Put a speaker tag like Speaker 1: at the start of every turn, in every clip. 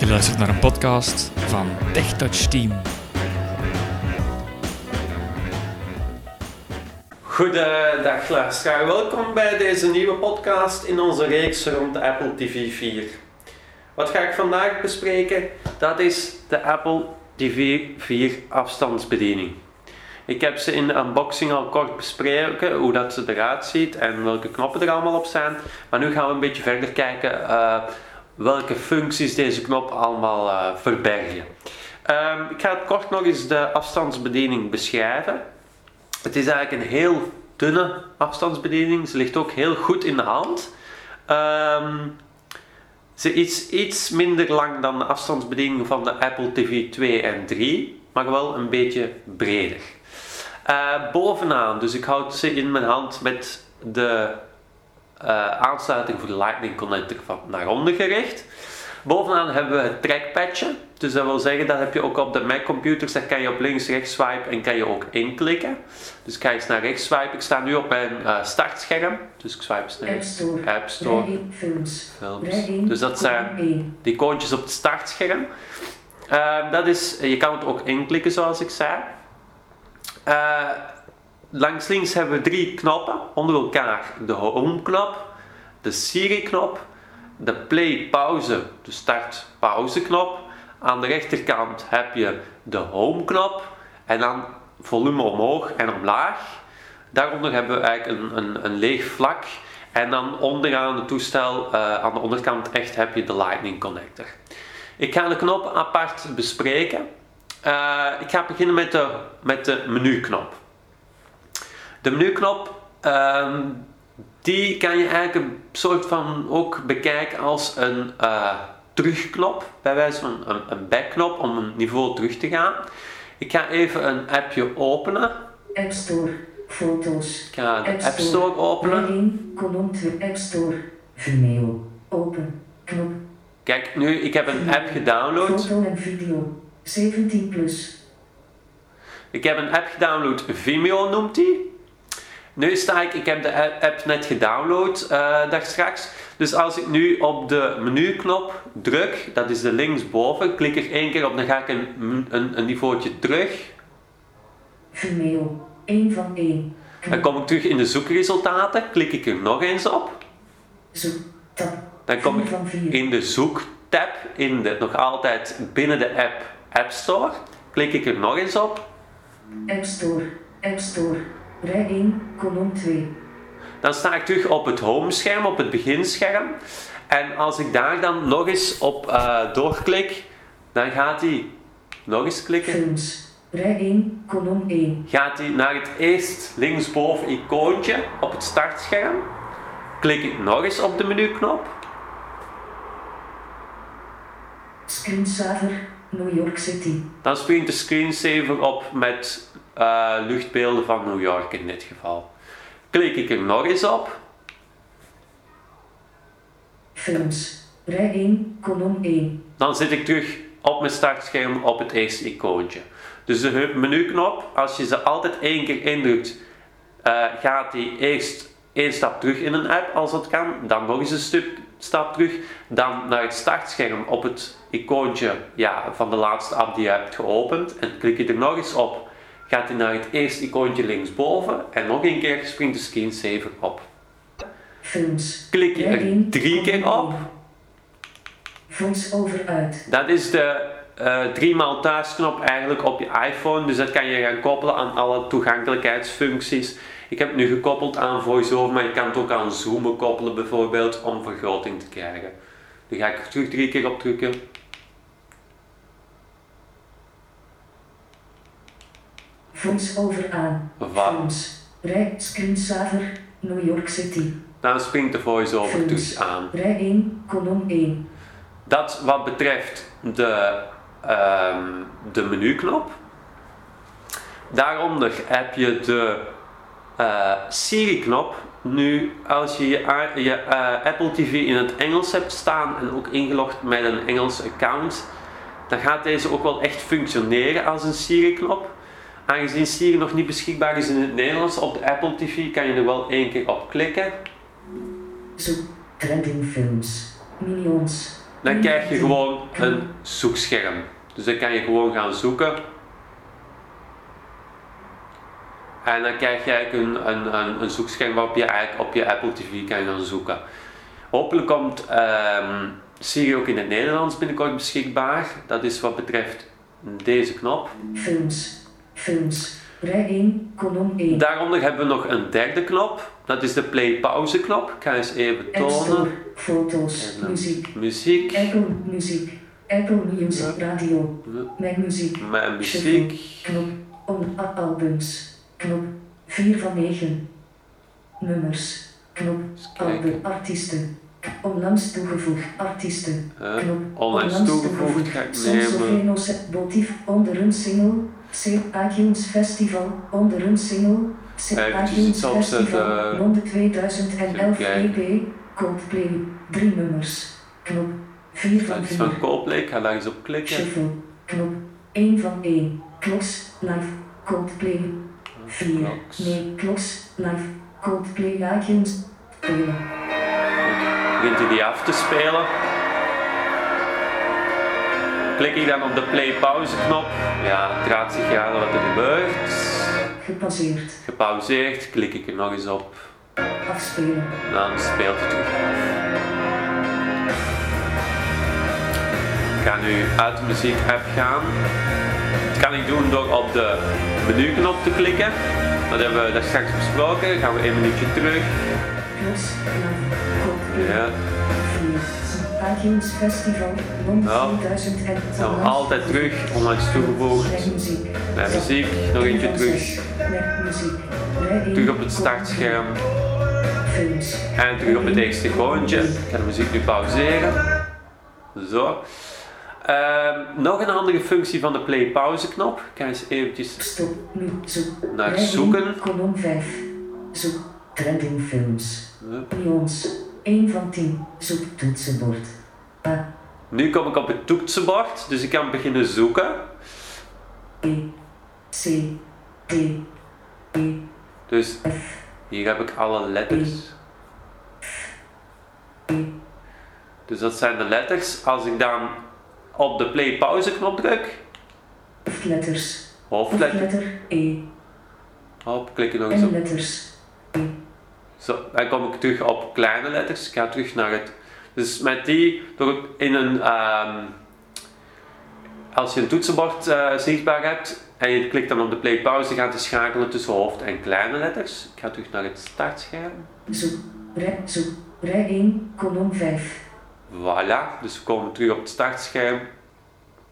Speaker 1: Je luistert naar een podcast van TechTouch Team.
Speaker 2: Goedendag luisteraar, welkom bij deze nieuwe podcast in onze reeks rond de Apple TV 4. Wat ga ik vandaag bespreken? Dat is de Apple TV 4 afstandsbediening. Ik heb ze in de unboxing al kort bespreken, hoe dat ze eruit ziet en welke knoppen er allemaal op zijn. Maar nu gaan we een beetje verder kijken eh, welke functies deze knop allemaal eh, verbergen. Ehm, ik ga kort nog eens de afstandsbediening beschrijven. Het is eigenlijk een heel dunne afstandsbediening. Ze ligt ook heel goed in de hand. Ehm, ze is iets minder lang dan de afstandsbediening van de Apple TV 2 en 3, maar wel een beetje breder. Eh, bovenaan, dus ik houd ze in mijn hand met de eh, aansluiting voor de Lightning Connector van naar onder gericht. Bovenaan hebben we het trackpadje. Dus dat wil zeggen, dat heb je ook op de Mac computers. Daar kan je op links, rechts swipen en kan je ook inklikken. Dus ik ga eens naar rechts swipen. Ik sta nu op mijn eh, startscherm. Dus ik swipe eens naar
Speaker 3: App Store.
Speaker 2: App Store.
Speaker 3: Ready films.
Speaker 2: Films.
Speaker 3: Ready
Speaker 2: Dus dat zijn
Speaker 3: Ready.
Speaker 2: die icoontjes op het startscherm. Ehm, dat is, je kan het ook inklikken zoals ik zei. Eh, langs links hebben we drie knoppen onder elkaar. De home knop, de Siri knop, de play pauze, de start pauze knop. Aan de rechterkant heb je de home knop en dan volume omhoog en omlaag. Daaronder hebben we eigenlijk een, een, een leeg vlak. En dan onderaan het toestel, eh, aan de onderkant echt, heb je de lightning connector. Ik ga de knoppen apart bespreken. Eh, ik ga beginnen met de, met de menuknop. De menuknop, ehm, die kan je eigenlijk een soort van ook bekijken als een eh, terugknop. Bij wijze van een, een backknop om een niveau terug te gaan. Ik ga even een appje openen.
Speaker 3: App Store. Foto's.
Speaker 2: Ik ga de App Store openen.
Speaker 3: Ready. Kolom 2. App Store. Vimeo. Open. Knop.
Speaker 2: Kijk, nu, ik heb een app gedownload.
Speaker 3: Foto en video. 17 plus.
Speaker 2: Ik heb een app gedownload, Vimeo noemt die. Nu sta ik, ik heb de a- app net gedownload eh daar straks. Dus als ik nu op de menuknop druk, dat is de linksboven, klik er één keer op, dan ga ik een, m- een, een niveautje terug.
Speaker 3: Vimeo. 1 van 1.
Speaker 2: Dan kom ik terug in de zoekresultaten, klik ik er nog eens op.
Speaker 3: Zoek. Tab.
Speaker 2: Dan kom
Speaker 3: Vier
Speaker 2: ik
Speaker 3: van vier.
Speaker 2: in de zoektab, in de, nog altijd binnen de app App Store. Klik ik er nog eens op,
Speaker 3: App Store. App Store. Rij 1. Kolom 2.
Speaker 2: Dan sta ik terug op het homescherm, op het beginscherm. En als ik daar dan nog eens op eh, doorklik, dan gaat hij nog eens klikken.
Speaker 3: Films. Rij 1. Kolom 1.
Speaker 2: Gaat hij naar het eerst linksboven icoontje op het startscherm. Klik ik nog eens op de menuknop.
Speaker 3: Screensaver. New York City.
Speaker 2: Dan springt de screensaver op met eh, luchtbeelden van New York in dit geval. Klik ik er nog eens op.
Speaker 3: Films. Rij 1. Kolom 1.
Speaker 2: dan zit ik terug op mijn startscherm op het eerste icoontje. Dus de menuknop, als je ze altijd één keer indrukt, eh, gaat die eerst één stap terug in een app als dat kan, dan nog eens een stuk, stap terug, dan naar het startscherm op het icoontje ja, van de laatste app die je hebt geopend en klik je er nog eens op, gaat hij naar het eerste icoontje linksboven en nog een keer springt de screensaver op.
Speaker 3: Films.
Speaker 2: Klik je er
Speaker 3: Ready,
Speaker 2: drie keer
Speaker 3: kolom
Speaker 2: op,
Speaker 3: één. Voice over uit.
Speaker 2: Dat is de eh driemaal thuisknop eigenlijk op je iPhone. Dus dat kan je gaan koppelen aan alle toegankelijkheidsfuncties. Ik heb het nu gekoppeld aan VoiceOver, maar je kan het ook aan zoomen koppelen bijvoorbeeld om vergroting te krijgen. Nu ga ik er terug drie keer op drukken.
Speaker 3: Voice over aan.
Speaker 2: Wat?
Speaker 3: Films. Rij screensaver. New York City.
Speaker 2: Dan springt de VoiceOver
Speaker 3: Films.
Speaker 2: terug aan.
Speaker 3: Rij 1, kolom 1.
Speaker 2: Dat wat betreft de, ehm, de menuknop. Daaronder heb je de eh, Siri-knop. Nu, als je je, a- je eh, Apple TV in het Engels hebt staan en ook ingelogd met een Engels account, dan gaat deze ook wel echt functioneren als een Siri-knop. Aangezien Siri nog niet beschikbaar is in het Nederlands op de Apple TV, kan je er wel één keer op klikken.
Speaker 3: Zoek. Trending films. Minions.
Speaker 2: dan krijg je gewoon een zoekscherm. Dus dan kan je gewoon gaan zoeken. En dan krijg je eigenlijk een, een, een, een zoekscherm waarop je eigenlijk op je Apple TV kan gaan zoeken. Hopelijk komt ehm Siri ook in het Nederlands binnenkort beschikbaar. Dat is wat betreft deze knop.
Speaker 3: Films. Films. Rij 1, kolom 1.
Speaker 2: Daaronder hebben we nog een derde knop. Dat is de play-pauze knop. Ik ga eens even
Speaker 3: App Store.
Speaker 2: tonen.
Speaker 3: Foto's.
Speaker 2: En dan
Speaker 3: Muziek.
Speaker 2: Muziek.
Speaker 3: Apple Muziek. Apple Music Radio. Mijn muziek.
Speaker 2: Mijn muziek.
Speaker 3: Knop. On a- albums. Knop. 4 van 9. Nummers. Knop.
Speaker 2: Eens kijken.
Speaker 3: Album. Artiesten. K- Onlangs toegevoegd. Artiesten.
Speaker 2: Hè?
Speaker 3: Knop.
Speaker 2: Onlangs toegevoegd ga ik
Speaker 3: Sons of
Speaker 2: nemen.
Speaker 3: Innocent Motief onder een single. C. iTunes Festival onder een single. C.
Speaker 2: Eventjes
Speaker 3: iTunes
Speaker 2: iets opzetten.
Speaker 3: Festival Ronde 2011
Speaker 2: Even
Speaker 3: EP. Coldplay. Drie nummers. Knop. 4
Speaker 2: Dat
Speaker 3: van
Speaker 2: is
Speaker 3: 4.
Speaker 2: van Coldplay. Ik ga daar eens op klikken.
Speaker 3: Shuffle. Knop. 1 van 1. Kloks. Live. Coldplay. 4.
Speaker 2: Kloks.
Speaker 3: Nee. Kloks. Live. Coldplay iTunes. Spelen.
Speaker 2: Begint hij die af te spelen. Klik ik dan op de play-pauze knop. Ja, het raadt zich raden wat er gebeurt.
Speaker 3: Gepasseerd.
Speaker 2: Gepauzeerd. Klik ik er nog eens op.
Speaker 3: Afspelen.
Speaker 2: Dan speelt het terug af. Ik ga nu uit de muziek app gaan. Dat kan ik doen door op de menuknop te klikken. Dat hebben we daar straks besproken. Dan gaan we één minuutje terug.
Speaker 3: Kloks. Live. Coldplay.
Speaker 2: Ja.
Speaker 3: iTunes Festival
Speaker 2: Nou,
Speaker 3: Londen 2000 en
Speaker 2: Dan gaan we altijd terug, onlangs toegevoegd.
Speaker 3: muziek.
Speaker 2: Mijn muziek, nog eentje terug.
Speaker 3: Met muziek. Rij in.
Speaker 2: Terug op het startscherm.
Speaker 3: Films.
Speaker 2: En terug op het eerste gewoontje. Ik ga de muziek nu pauzeren. Zo. Ehm, nog een andere functie van de play-pauze knop. Ik ga eens eventjes
Speaker 3: Stop. Nu. Zoek.
Speaker 2: Naar
Speaker 3: Rij in.
Speaker 2: zoeken.
Speaker 3: Kolom 5. Zoek. Trending films.
Speaker 2: Hup.
Speaker 3: Neons. 1 van 10. Zoek toetsenbord. A.
Speaker 2: Nu kom ik op het toetsenbord, dus ik kan beginnen zoeken.
Speaker 3: E. C. D. E.
Speaker 2: Dus
Speaker 3: F.
Speaker 2: hier heb ik alle letters. Dus dat zijn de letters. Als ik dan op de play-pauze knop druk,
Speaker 3: Hoofdletters.
Speaker 2: hoofdletter,
Speaker 3: Hoofdletter. E.
Speaker 2: Oh, hop, klik er nog eens
Speaker 3: En
Speaker 2: op.
Speaker 3: letters.
Speaker 2: Zo, dan kom ik terug op kleine letters. Ik ga terug naar het. Dus met die, door in een. ehm, als je een toetsenbord eh, zichtbaar hebt en je klikt dan op de play-pauze, gaat het schakelen tussen hoofd- en kleine letters. Ik ga terug naar het startscherm.
Speaker 3: Zoek, rij, zoek, rij 1, kolom 5.
Speaker 2: Voilà, dus we komen terug op het startscherm.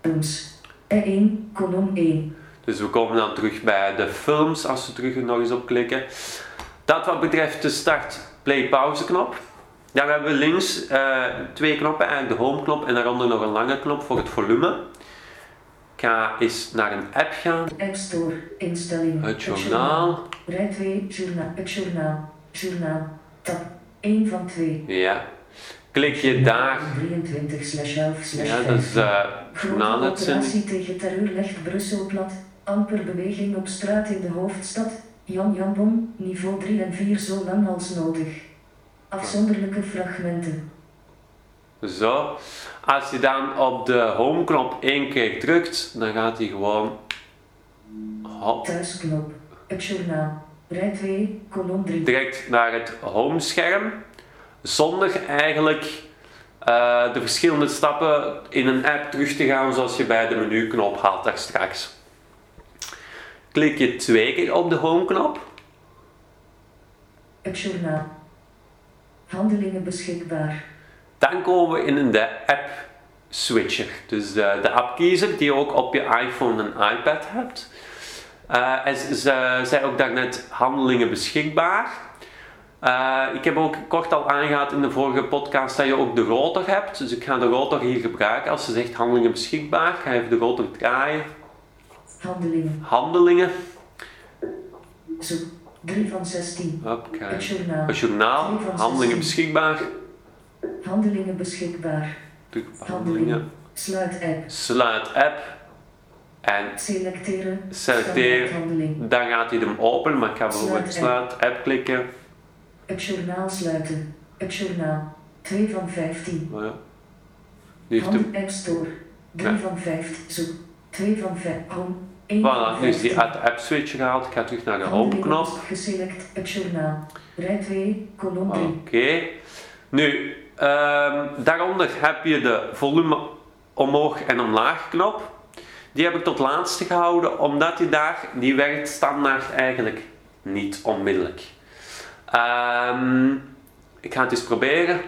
Speaker 3: Films. Rij 1, kolom 1.
Speaker 2: Dus we komen dan terug bij de films als we terug er nog eens op klikken. Dat wat betreft de start play pauze knop. Dan hebben we links eh, twee knoppen, eigenlijk de home knop en daaronder nog een lange knop voor het volume. Ik ga eens naar een app gaan.
Speaker 3: App Store, instelling.
Speaker 2: Het journaal.
Speaker 3: Rij 2, journaal, het journaal. Journaal. Tab 1 van 2.
Speaker 2: Ja. Klik je daar.
Speaker 3: 23 slash 11 slash
Speaker 2: Ja, dat is eh
Speaker 3: Grote
Speaker 2: journaaluitzending.
Speaker 3: operatie tegen terreur legt Brussel plat. Amper beweging op straat in de hoofdstad. Jan Jambon, niveau 3 en 4 zo lang als nodig. Afzonderlijke fragmenten.
Speaker 2: Zo. Als je dan op de home knop één keer drukt, dan gaat hij gewoon. Hop.
Speaker 3: Thuisknop. Het journaal. Rij 2, kolom 3.
Speaker 2: direct naar het homescherm, zonder eigenlijk eh, de verschillende stappen in een app terug te gaan zoals je bij de menuknop had daar straks. Klik je twee keer op de homeknop,
Speaker 3: Het journaal. Handelingen beschikbaar.
Speaker 2: dan komen we in de app switcher, dus de, de appkiezer die je ook op je iPhone en iPad hebt. Eh, en ze, ze zei ook daarnet handelingen beschikbaar. Eh, ik heb ook kort al aangehaald in de vorige podcast dat je ook de rotor hebt. Dus ik ga de rotor hier gebruiken. Als ze zegt handelingen beschikbaar, ga even de rotor draaien.
Speaker 3: Handelingen.
Speaker 2: Handelingen.
Speaker 3: Zoek. 3 van 16.
Speaker 2: Hop, ik ga
Speaker 3: Het journaal.
Speaker 2: Het journaal. Handelingen beschikbaar.
Speaker 3: Handelingen beschikbaar.
Speaker 2: Druk op
Speaker 3: Handelingen.
Speaker 2: handelingen.
Speaker 3: Sluit app.
Speaker 2: Sluit app. En
Speaker 3: Selecteren.
Speaker 2: Selecteer.
Speaker 3: Standaard Handeling.
Speaker 2: dan gaat hij hem open. Maar ik ga bijvoorbeeld
Speaker 3: Sluit
Speaker 2: sluit app klikken.
Speaker 3: Het journaal sluiten. Het journaal. 2 van 15.
Speaker 2: Ja. Nu heeft de...
Speaker 3: Hand App Store. 3
Speaker 2: Ja.
Speaker 3: van 5. Zoek. 2 van 5. Home. 1
Speaker 2: Voilà,
Speaker 3: van
Speaker 2: nu is
Speaker 3: 15.
Speaker 2: die uit de app switch gehaald. Ik ga terug
Speaker 3: Oh,
Speaker 2: naar de home knop.
Speaker 3: Handmenu, Geselect. Het journaal. Rij 2. Kolom 3.
Speaker 2: Oké. Nu, ehm, daaronder heb je de volume omhoog en omlaag knop. Die heb ik tot laatste gehouden, omdat die daar, die werkt standaard eigenlijk niet onmiddellijk. Ehm, ik ga het eens proberen.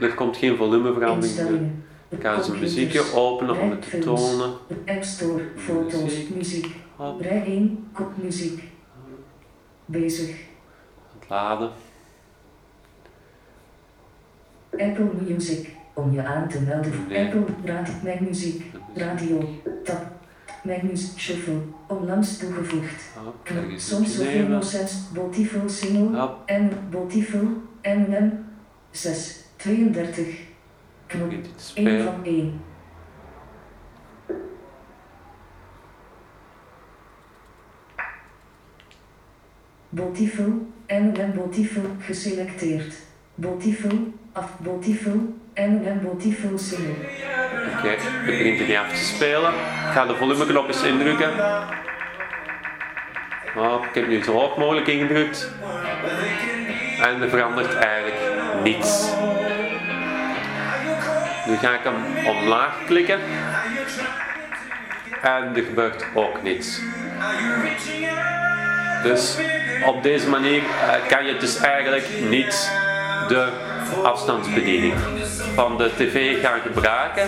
Speaker 2: Er komt geen volumeverandering.
Speaker 3: Instellingen.
Speaker 2: Ik ga eens een muziekje openen om het te tonen.
Speaker 3: App Store. Foto's.
Speaker 2: Muziek.
Speaker 3: Muziek.
Speaker 2: Hop,
Speaker 3: Rij 1. Kop muziek. Bezig.
Speaker 2: het laden.
Speaker 3: Apple Music. Om je aan te melden voor
Speaker 2: Nee.
Speaker 3: Apple Raad Mijn Muziek. Radio. Tab. Mijn Muziek Shuffle. Onlangs toegevoegd.
Speaker 2: Hop,
Speaker 3: Knop.
Speaker 2: daar is
Speaker 3: Soms
Speaker 2: het
Speaker 3: of
Speaker 2: nemen.
Speaker 3: Innocence. Botiful Single.
Speaker 2: Hop,
Speaker 3: En Botiful. M&M. 6. 32. Knop.
Speaker 2: begint het te
Speaker 3: 1
Speaker 2: spelen.
Speaker 3: van 1. Botiful, M&M Botiful, geselecteerd. Botiful, af Botiful, M&M Botiful single.
Speaker 2: Oké, het begint er niet af te spelen. Ik ga de volumeknop eens indrukken. Hop, Oh, ik heb nu zo hoog mogelijk ingedrukt. En er verandert eigenlijk niets. Nu ga ik hem omlaag klikken. En er gebeurt ook niets. Dus op deze manier eh, kan je dus eigenlijk niet de afstandsbediening van de tv gaan gebruiken,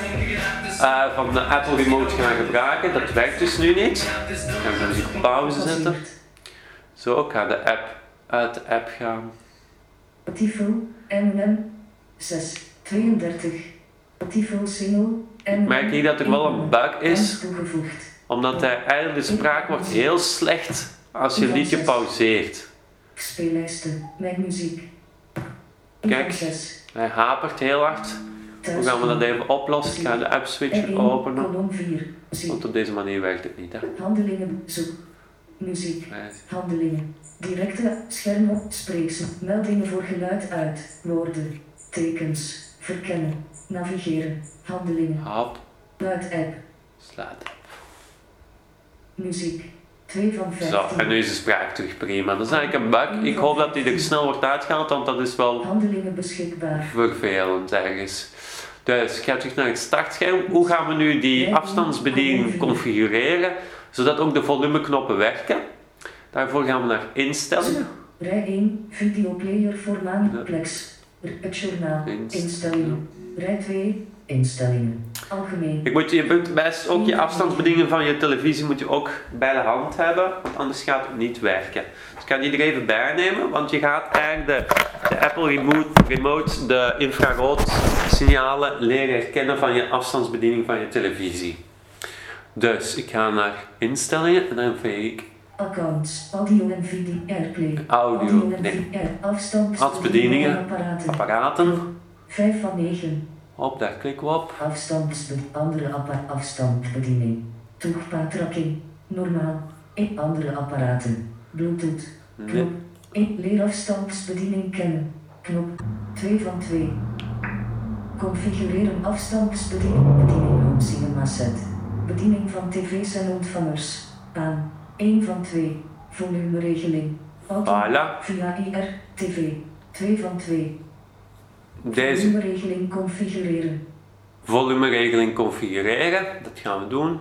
Speaker 2: eh, van de Apple Remote gaan gebruiken. Dat werkt dus nu niet. Ik ga de muziek dus op pauze zetten.
Speaker 3: Passeert.
Speaker 2: Zo, ik ga de app uit de app gaan.
Speaker 3: Botiful, M&M 6, 32. Botiful single, M&M.
Speaker 2: Merk je dat er wel een bug is?
Speaker 3: Toegevoegd.
Speaker 2: Omdat hij eigenlijk de spraak wordt heel slecht als je liedje pauzeert.
Speaker 3: Speellijsten, mijn muziek. Eén
Speaker 2: Kijk.
Speaker 3: van zes.
Speaker 2: Hij hapert heel hard. Hoe gaan we dat even oplossen? Ik ga de app switcher
Speaker 3: R1,
Speaker 2: openen.
Speaker 3: Kolom 4. Zie.
Speaker 2: Want op deze manier werkt het niet. Hè?
Speaker 3: Handelingen. Zoek. Muziek.
Speaker 2: Nee.
Speaker 3: Handelingen. Directe. Scherm op. Spreeksen. Meldingen voor geluid uit. Woorden. Tekens. Verkennen. Navigeren. Handelingen.
Speaker 2: Hap,
Speaker 3: Luid app.
Speaker 2: slaat.
Speaker 3: Muziek. 2 van
Speaker 2: Zo,
Speaker 3: 15.
Speaker 2: en nu is de spraak terug prima. Dat is eigenlijk een bug. Ik hoop dat die er snel wordt uitgehaald, want dat is wel
Speaker 3: Handelingen beschikbaar.
Speaker 2: vervelend ergens. Dus ik ga terug naar het startscherm. Hoe gaan we nu die afstandsbediening configureren, zodat ook de volumeknoppen werken? Daarvoor gaan we naar instellingen.
Speaker 3: Rij 1. Videoplayer
Speaker 2: Ja.
Speaker 3: formaat Plex. R- Het journaal.
Speaker 2: Inst-
Speaker 3: Instellingen. Rij 2. Instellingen. Algemeen.
Speaker 2: Ik moet, je moet best ook je afstandsbedieningen van je televisie moet je ook bij de hand hebben, want anders gaat het niet werken. Dus ik ga die er even bij nemen, want je gaat eigenlijk de, de Apple remote, remote de infrarood signalen leren herkennen van je afstandsbediening van je televisie. Dus ik ga naar instellingen en dan vind ik
Speaker 3: Accounts, audio en video, airplay.
Speaker 2: Audio,
Speaker 3: en
Speaker 2: nee.
Speaker 3: video, air- afstand,
Speaker 2: Afstandsbedieningen.
Speaker 3: en apparaten.
Speaker 2: apparaten.
Speaker 3: 5 van 9.
Speaker 2: Hop, daar klikken we op.
Speaker 3: Afstandsbediening, andere apparaat, afstandsbediening. Toegpaatrakking, normaal. In andere apparaten. Bluetooth,
Speaker 2: Nee.
Speaker 3: knop. In leerafstandsbediening kennen. Knop, 2 van 2. Configureren afstandsbediening, bediening op cinema set. Bediening van tv's en ontvangers. Aan, 1 van 2. Volumeregeling. Auto
Speaker 2: Voilà,
Speaker 3: Via E IR-TV. 2 van 2.
Speaker 2: deze
Speaker 3: Volumeregeling configureren.
Speaker 2: volumeregeling configureren. Dat gaan we doen.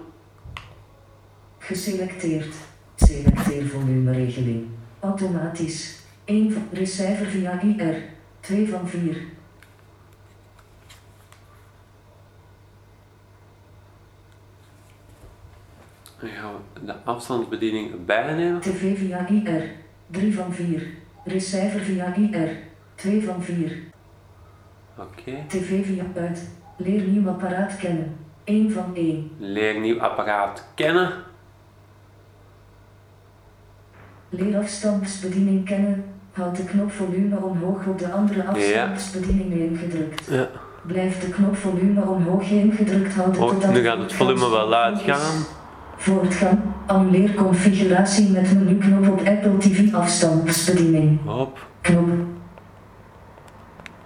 Speaker 3: Geselecteerd. Selecteer volumeregeling. Automatisch. 1 van receiver via IR. 2 van 4.
Speaker 2: Dan gaan we de afstandsbediening bijnemen.
Speaker 3: TV via IR. 3 van 4. Receiver via IR. 2 van 4.
Speaker 2: Oké.
Speaker 3: TV via uit. Leer nieuw apparaat kennen. 1 van 1.
Speaker 2: Leer nieuw apparaat kennen.
Speaker 3: Leer afstandsbediening kennen. Houd de knop volume omhoog op de andere afstandsbediening ingedrukt.
Speaker 2: Ja.
Speaker 3: Blijf de knop volume omhoog ingedrukt houden
Speaker 2: Oh,
Speaker 3: totdat
Speaker 2: nu gaat het volume wel laat gaan.
Speaker 3: Voortgang, annuleer configuratie met menuknop op Apple TV afstandsbediening.
Speaker 2: Hop.
Speaker 3: Knop.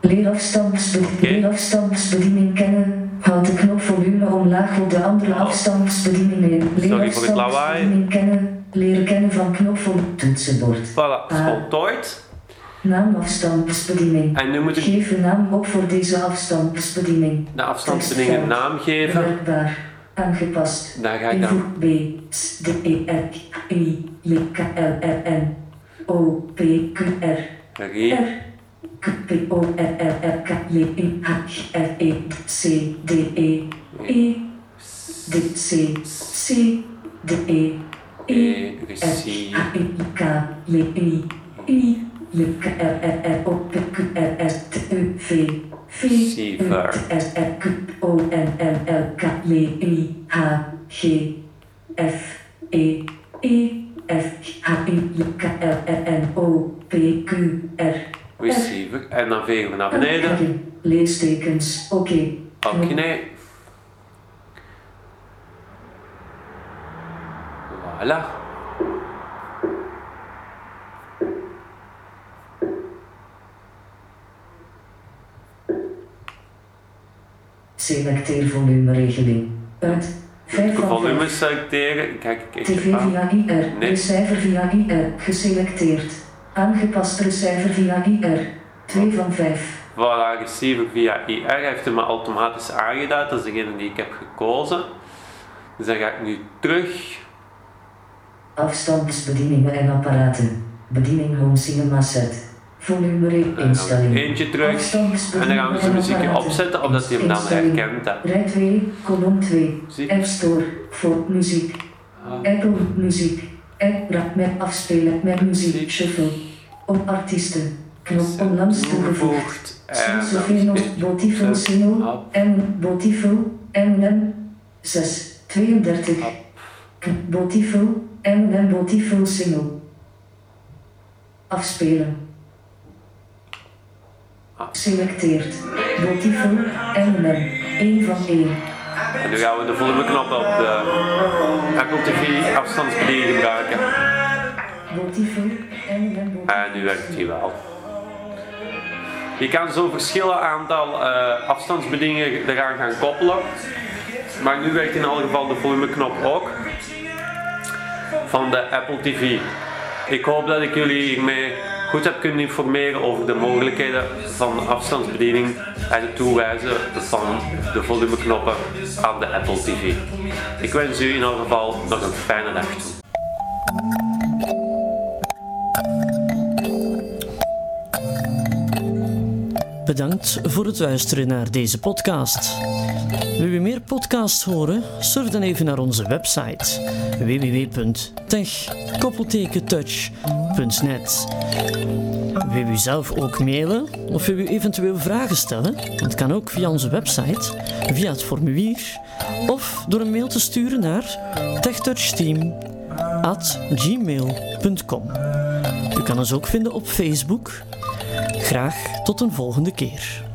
Speaker 3: Leerafstandsbediening,
Speaker 2: Oké.
Speaker 3: leerafstandsbediening kennen. Houd de knopvolume omlaag op de andere afstandsbediening in.
Speaker 2: Oh. Sorry voor het lawaai.
Speaker 3: Leerafstandsbediening kennen. Leren kennen van knopvolume. Toetsenbord.
Speaker 2: Voilà,
Speaker 3: Ah.
Speaker 2: is voltooid.
Speaker 3: Naamafstandsbediening.
Speaker 2: En nu moet ik
Speaker 3: Geef een naam op voor deze afstandsbediening.
Speaker 2: de afstandsbediening een naam geven.
Speaker 3: Werkbaar. Aangepast.
Speaker 2: Daar ga ik dan.
Speaker 3: Invoeg B, S, D, E, R, I, J, K, L, R, N, O, P, Q, R,
Speaker 2: Re.
Speaker 3: R, K, P, O, R, R, R, K, J, I, H, R, E, D, C, D, E, E, D, C, C, D, E, E,
Speaker 2: E.
Speaker 3: R, H,
Speaker 2: Reci.
Speaker 3: I, K, J, I, I, J, K, R, R, R, O, P, Q, R, S, T, U, V, V, U,
Speaker 2: Siever.
Speaker 3: T, S, R, Q, O, N, N, L, K, J, I, H, G, F, E, E, F, H, I, J, K, L, R, e, N, O, P, Q, R,
Speaker 2: Receiver. En dan vegen we naar beneden.
Speaker 3: Opmerking. Leestekens, oké.
Speaker 2: Hapje nee. Voilà.
Speaker 3: Selecteer volumeregeling. Uit. 5
Speaker 2: De
Speaker 3: van
Speaker 2: volume
Speaker 3: vijf.
Speaker 2: selecteren. Kijk, ik kijk
Speaker 3: TV
Speaker 2: aan.
Speaker 3: via IR.
Speaker 2: Nee.
Speaker 3: Cijfer via IR. Geselecteerd. Aangepast cijfer via IR. 2 van 5.
Speaker 2: Voilà, receiver via IR heeft hij me automatisch aangeduid. Dat is degene die ik heb gekozen. Dus dan ga ik nu terug.
Speaker 3: Afstandsbedieningen en apparaten. Bediening Home Cinema Set. Volume
Speaker 2: Dan gaan we
Speaker 3: instelling.
Speaker 2: Eh, Eentje terug. En dan gaan we zijn muziekje opzetten, omdat hij hem dan herkent. hè.
Speaker 3: Rij 2, kolom 2.
Speaker 2: Muziek.
Speaker 3: App Store, voor muziek.
Speaker 2: Ah.
Speaker 3: Apple Muziek. App Rap met afspelen met muziek. Shuffle. Op artiesten. Knop onlangs toegevoegd.
Speaker 2: Toegevoegd. En
Speaker 3: Sofie
Speaker 2: dan
Speaker 3: nog
Speaker 2: eh,
Speaker 3: Botifel Single.
Speaker 2: App.
Speaker 3: M. Botifel. MM. 6. 32.
Speaker 2: App.
Speaker 3: K- Botifel. MM Botifel Single. Afspelen.
Speaker 2: App.
Speaker 3: Selecteert. Botifel. MM. 1 van 1.
Speaker 2: En nu gaan we de volumeknop op de Apple TV afstandsbediening gebruiken.
Speaker 3: Botifel. MM Botifel.
Speaker 2: En Ah, nu werkt hij wel. Je kan zo verschillend aantal eh, afstandsbedieningen eraan gaan koppelen. Maar nu werkt in elk geval de volumeknop ook. Van de Apple TV. Ik hoop dat ik jullie hiermee goed heb kunnen informeren over de mogelijkheden van afstandsbediening en het toewijzen van de volumeknoppen aan de Apple TV. Ik wens u in elk geval nog een fijne dag toe.
Speaker 4: Bedankt voor het luisteren naar deze podcast. Wil je meer podcasts horen? Surf dan even naar onze website www.tech-touch.net. Wil u zelf ook mailen of wil u eventueel vragen stellen? Dat kan ook via onze website, via het formulier of door een mail te sturen naar techtouchteam@gmail.com. U kan ons ook vinden op Facebook. Graag tot een volgende keer.